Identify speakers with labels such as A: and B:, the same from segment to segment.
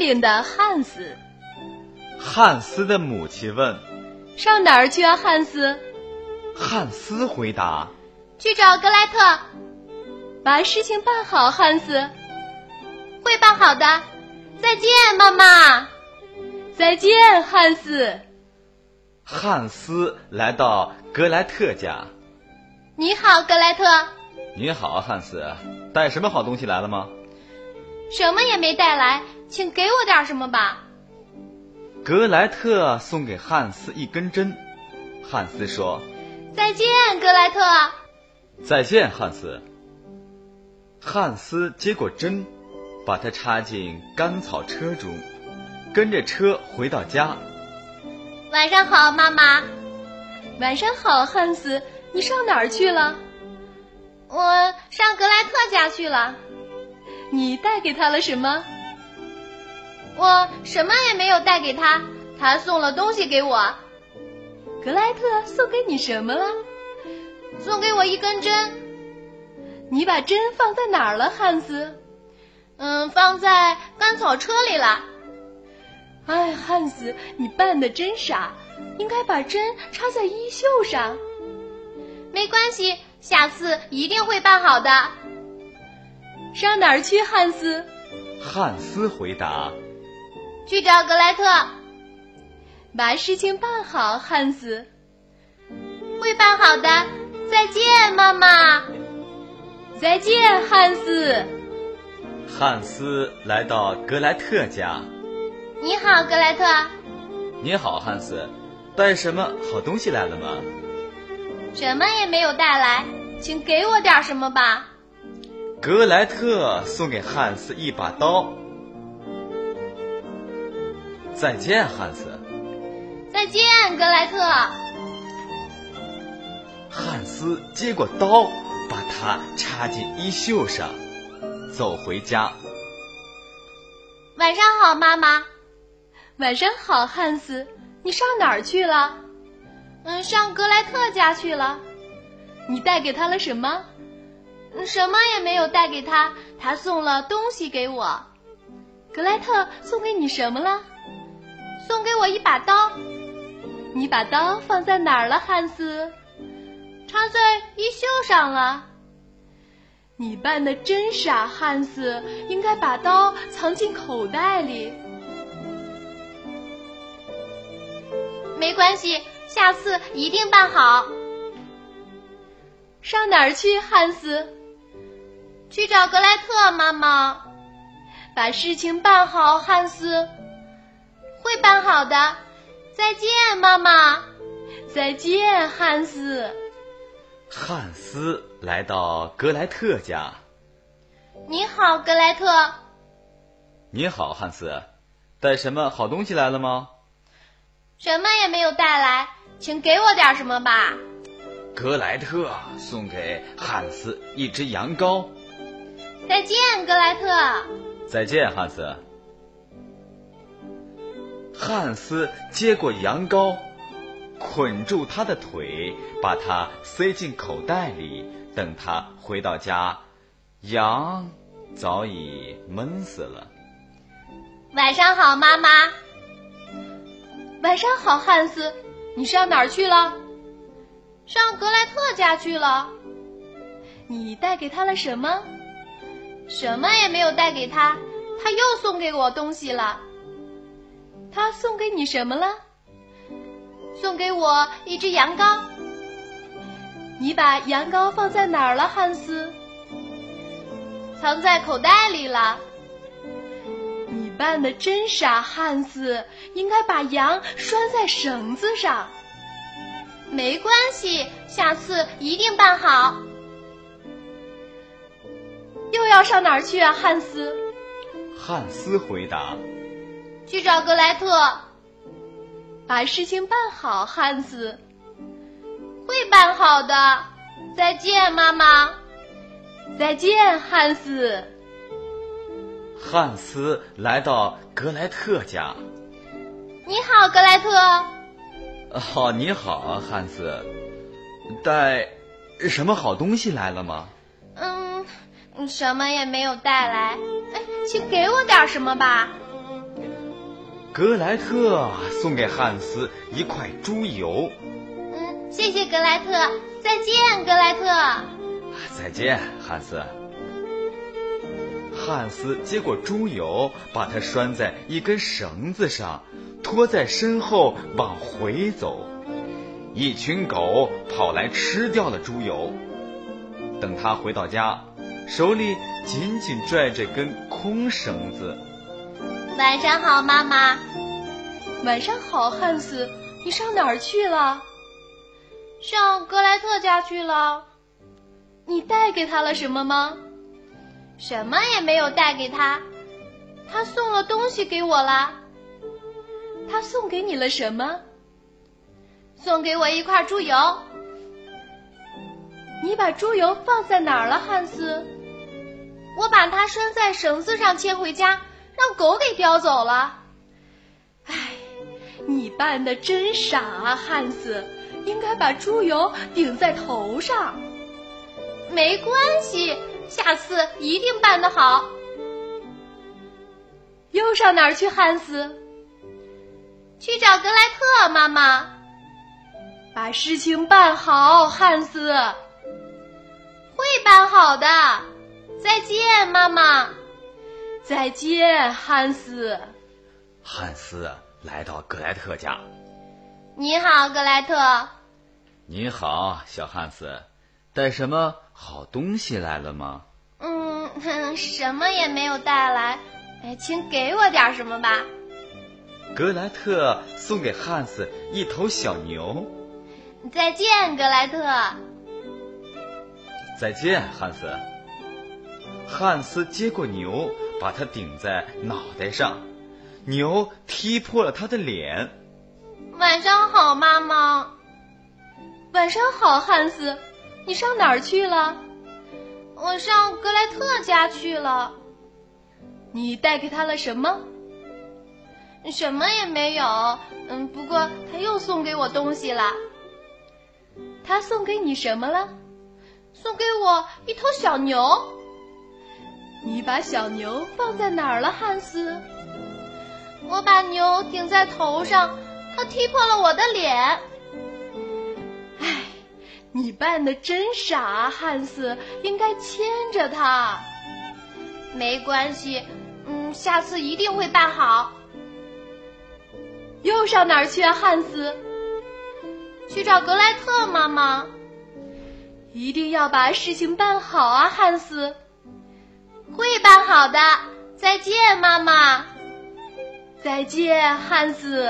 A: 应的汉斯。
B: 汉斯的母亲问
A: 上哪儿去啊，汉斯？：“
B: 汉斯回答，
A: 去找格莱特，把事情办好，汉斯。会办好的。再见，妈妈。再见，汉斯。
B: 汉斯来到格莱特家。
A: 你好，格莱特。
B: 你好，汉斯，带什么好东西来了吗？”
A: 什么也没带来，请给我点什么吧。
B: 格莱特送给汉斯一根针。汉斯说
A: 再见，格莱特。：“
B: 再见，汉斯。”汉斯接过针，把它插进干草车中，跟着车回到家。
A: 晚上好，妈妈。晚上好，汉斯。你上哪儿去了？我上格莱特家去了。你带给他了什么？我什么也没有带给他，他送了东西给我。格莱特送给你什么了？送给我一根针。你把针放在哪儿了，汉斯？嗯，放在干草车里了。哎，汉斯，你扮的真傻，应该把针插在衣袖上。没关系，下次一定会办好的。上哪儿去，汉斯？
B: 汉斯回答
A: 去找格莱特，把事情办好，汉斯。会办好的，再见，妈妈。再见，汉斯。：“
B: 汉斯来到格莱特家。
A: 你好，格莱特。
B: 你好，汉斯，带什么好东西来了吗？
A: 什么也没有带来，请给我点什么吧。
B: 格莱特送给汉斯一把刀。再见，汉斯。
A: 再见，格莱特。
B: 汉斯接过刀，把它插进衣袖上，走回家。
A: 晚上好，妈妈。晚上好，汉斯。你上哪儿去了？嗯，上格莱特家去了。你带给他了什么？嗯什么也没有带给他，他送了东西给我。格莱特送给你什么了？送给我一把刀。你把刀放在哪儿了，汉斯？插在衣袖上了。你扮的真傻，汉斯，应该把刀藏进口袋里。没关系，下次一定办好。上哪儿去，汉斯？去找格莱特妈妈，把事情办好，汉斯。会办好的，再见，妈妈。再见，汉斯。
B: 汉斯来到格莱特家。
A: 你好，格莱特。
B: 你好，汉斯，带什么好东西来了吗？
A: 什么也没有带来，请给我点什么吧。
B: 格莱特送给汉斯一只羊羔。
A: 再见，格莱特。
B: 再见，汉斯。汉斯接过羊羔，捆住他的腿，把它塞进口袋里。等他回到家，羊早已闷死了。
A: 晚上好，妈妈。晚上好，汉斯。你上哪儿去了？上格莱特家去了。你带给他了什么？什么也没有带给他，他又送给我东西了。他送给你什么了？送给我一只羊羔。你把羊羔放在哪儿了，汉斯？藏在口袋里了。你扮的真傻，汉斯，应该把羊拴在绳子上。没关系，下次一定办好。又要上哪儿去啊，汉斯？
B: 汉斯回答
A: 去找格莱特，把事情办好，汉斯。会办好的，再见，妈妈。再见，汉斯。：“
B: 汉斯来到格莱特家。
A: 你好，格莱特。
B: 哦，你好，汉斯，带什么好东西来了吗？
A: 嗯，什么也没有带来。哎，请给我点什么吧。
B: 格莱特啊送给汉斯一块猪油。
A: 嗯，谢谢格莱特，再见，格莱特。
B: 再见，汉斯。汉斯接过猪油，把它拴在一根绳子上，拖在身后往回走。一群狗跑来吃掉了猪油。等他回到家，手里紧紧拽着根空绳子。
A: 晚上好，妈妈。晚上好，汉斯。你上哪儿去了？上格莱特家去了。你带给他了什么吗？什么也没有带给他，他送了东西给我啦。他送给你了什么？送给我一块猪油。你把猪油放在哪儿了，汉斯？我把它拴在绳子上牵回家，让狗给叼走了。唉，你扮的真傻啊，汉斯！应该把猪油顶在头上。没关系，下次一定办得好。又上哪儿去，汉斯？去找格莱特妈妈。把事情办好，汉斯。会办好的。再见，妈妈。再见，汉斯。
B: 汉斯来到格莱特家。
A: 你好，格莱特。
B: 您好，小汉斯，带什么好东西来了吗？
A: 嗯，哼什么也没有带来。哎，请给我点什么吧。
B: 格莱特送给汉斯一头小牛。
A: 再见，格莱特。
B: 再见，汉斯。汉斯接过牛，把它顶在脑袋上，牛踢破了他的脸。
A: 晚上好，妈妈。晚上好，汉斯。你上哪儿去了？我上格莱特家去了。你带给他了什么？什么也没有。嗯，不过他又送给我东西了。他送给你什么了？送给我一头小牛。你把小牛放在哪儿了，汉斯？我把牛顶在头上，它踢破了我的脸。唉，你扮的真傻，啊汉斯，应该牵着它。没关系，嗯，下次一定会办好。又上哪儿去啊，汉斯？去找格莱特妈妈。一定要把事情办好啊，汉斯。会办好的，再见，妈妈。再见，汉斯。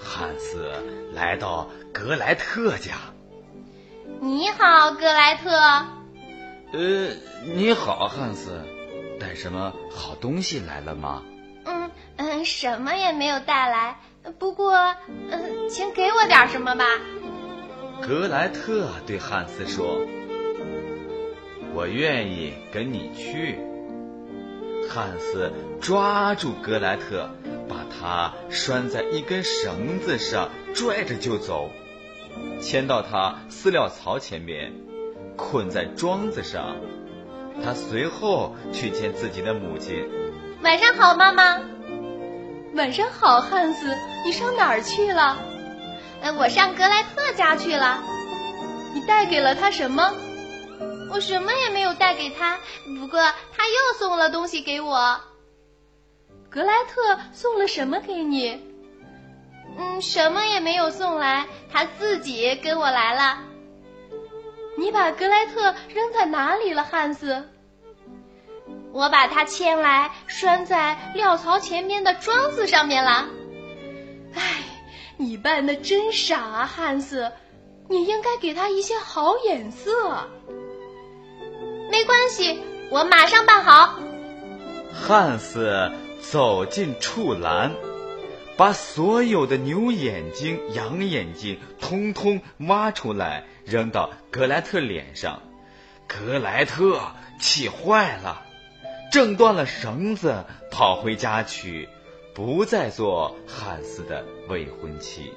B: 汉斯来到格莱特家。
A: 你好，格莱特。
B: 呃，你好，汉斯，带什么好东西来了吗？
A: 嗯嗯，什么也没有带来，不过嗯，请给我点什么吧。
B: 格莱特对汉斯说：“我愿意跟你去。”汉斯抓住格莱特，把他拴在一根绳子上，拽着就走，牵到他饲料槽前面，捆在桩子上。他随后去见自己的母亲。
A: 晚上好，妈妈。晚上好，汉斯，你上哪儿去了？呃，我上格莱特家去了。你带给了他什么？我什么也没有带给他，不过他又送了东西给我。格莱特送了什么给你？嗯，什么也没有送来，他自己跟我来了。你把格莱特扔在哪里了，汉斯？我把它牵来，拴在料槽前面的桩子上面了。唉，你扮的真傻啊，汉斯！你应该给他一些好眼色。没关系，我马上办好。
B: 汉斯走进畜栏，把所有的牛眼睛、羊眼睛通通挖出来，扔到格莱特脸上。格莱特气坏了，挣断了绳子，跑回家去，不再做汉斯的未婚妻。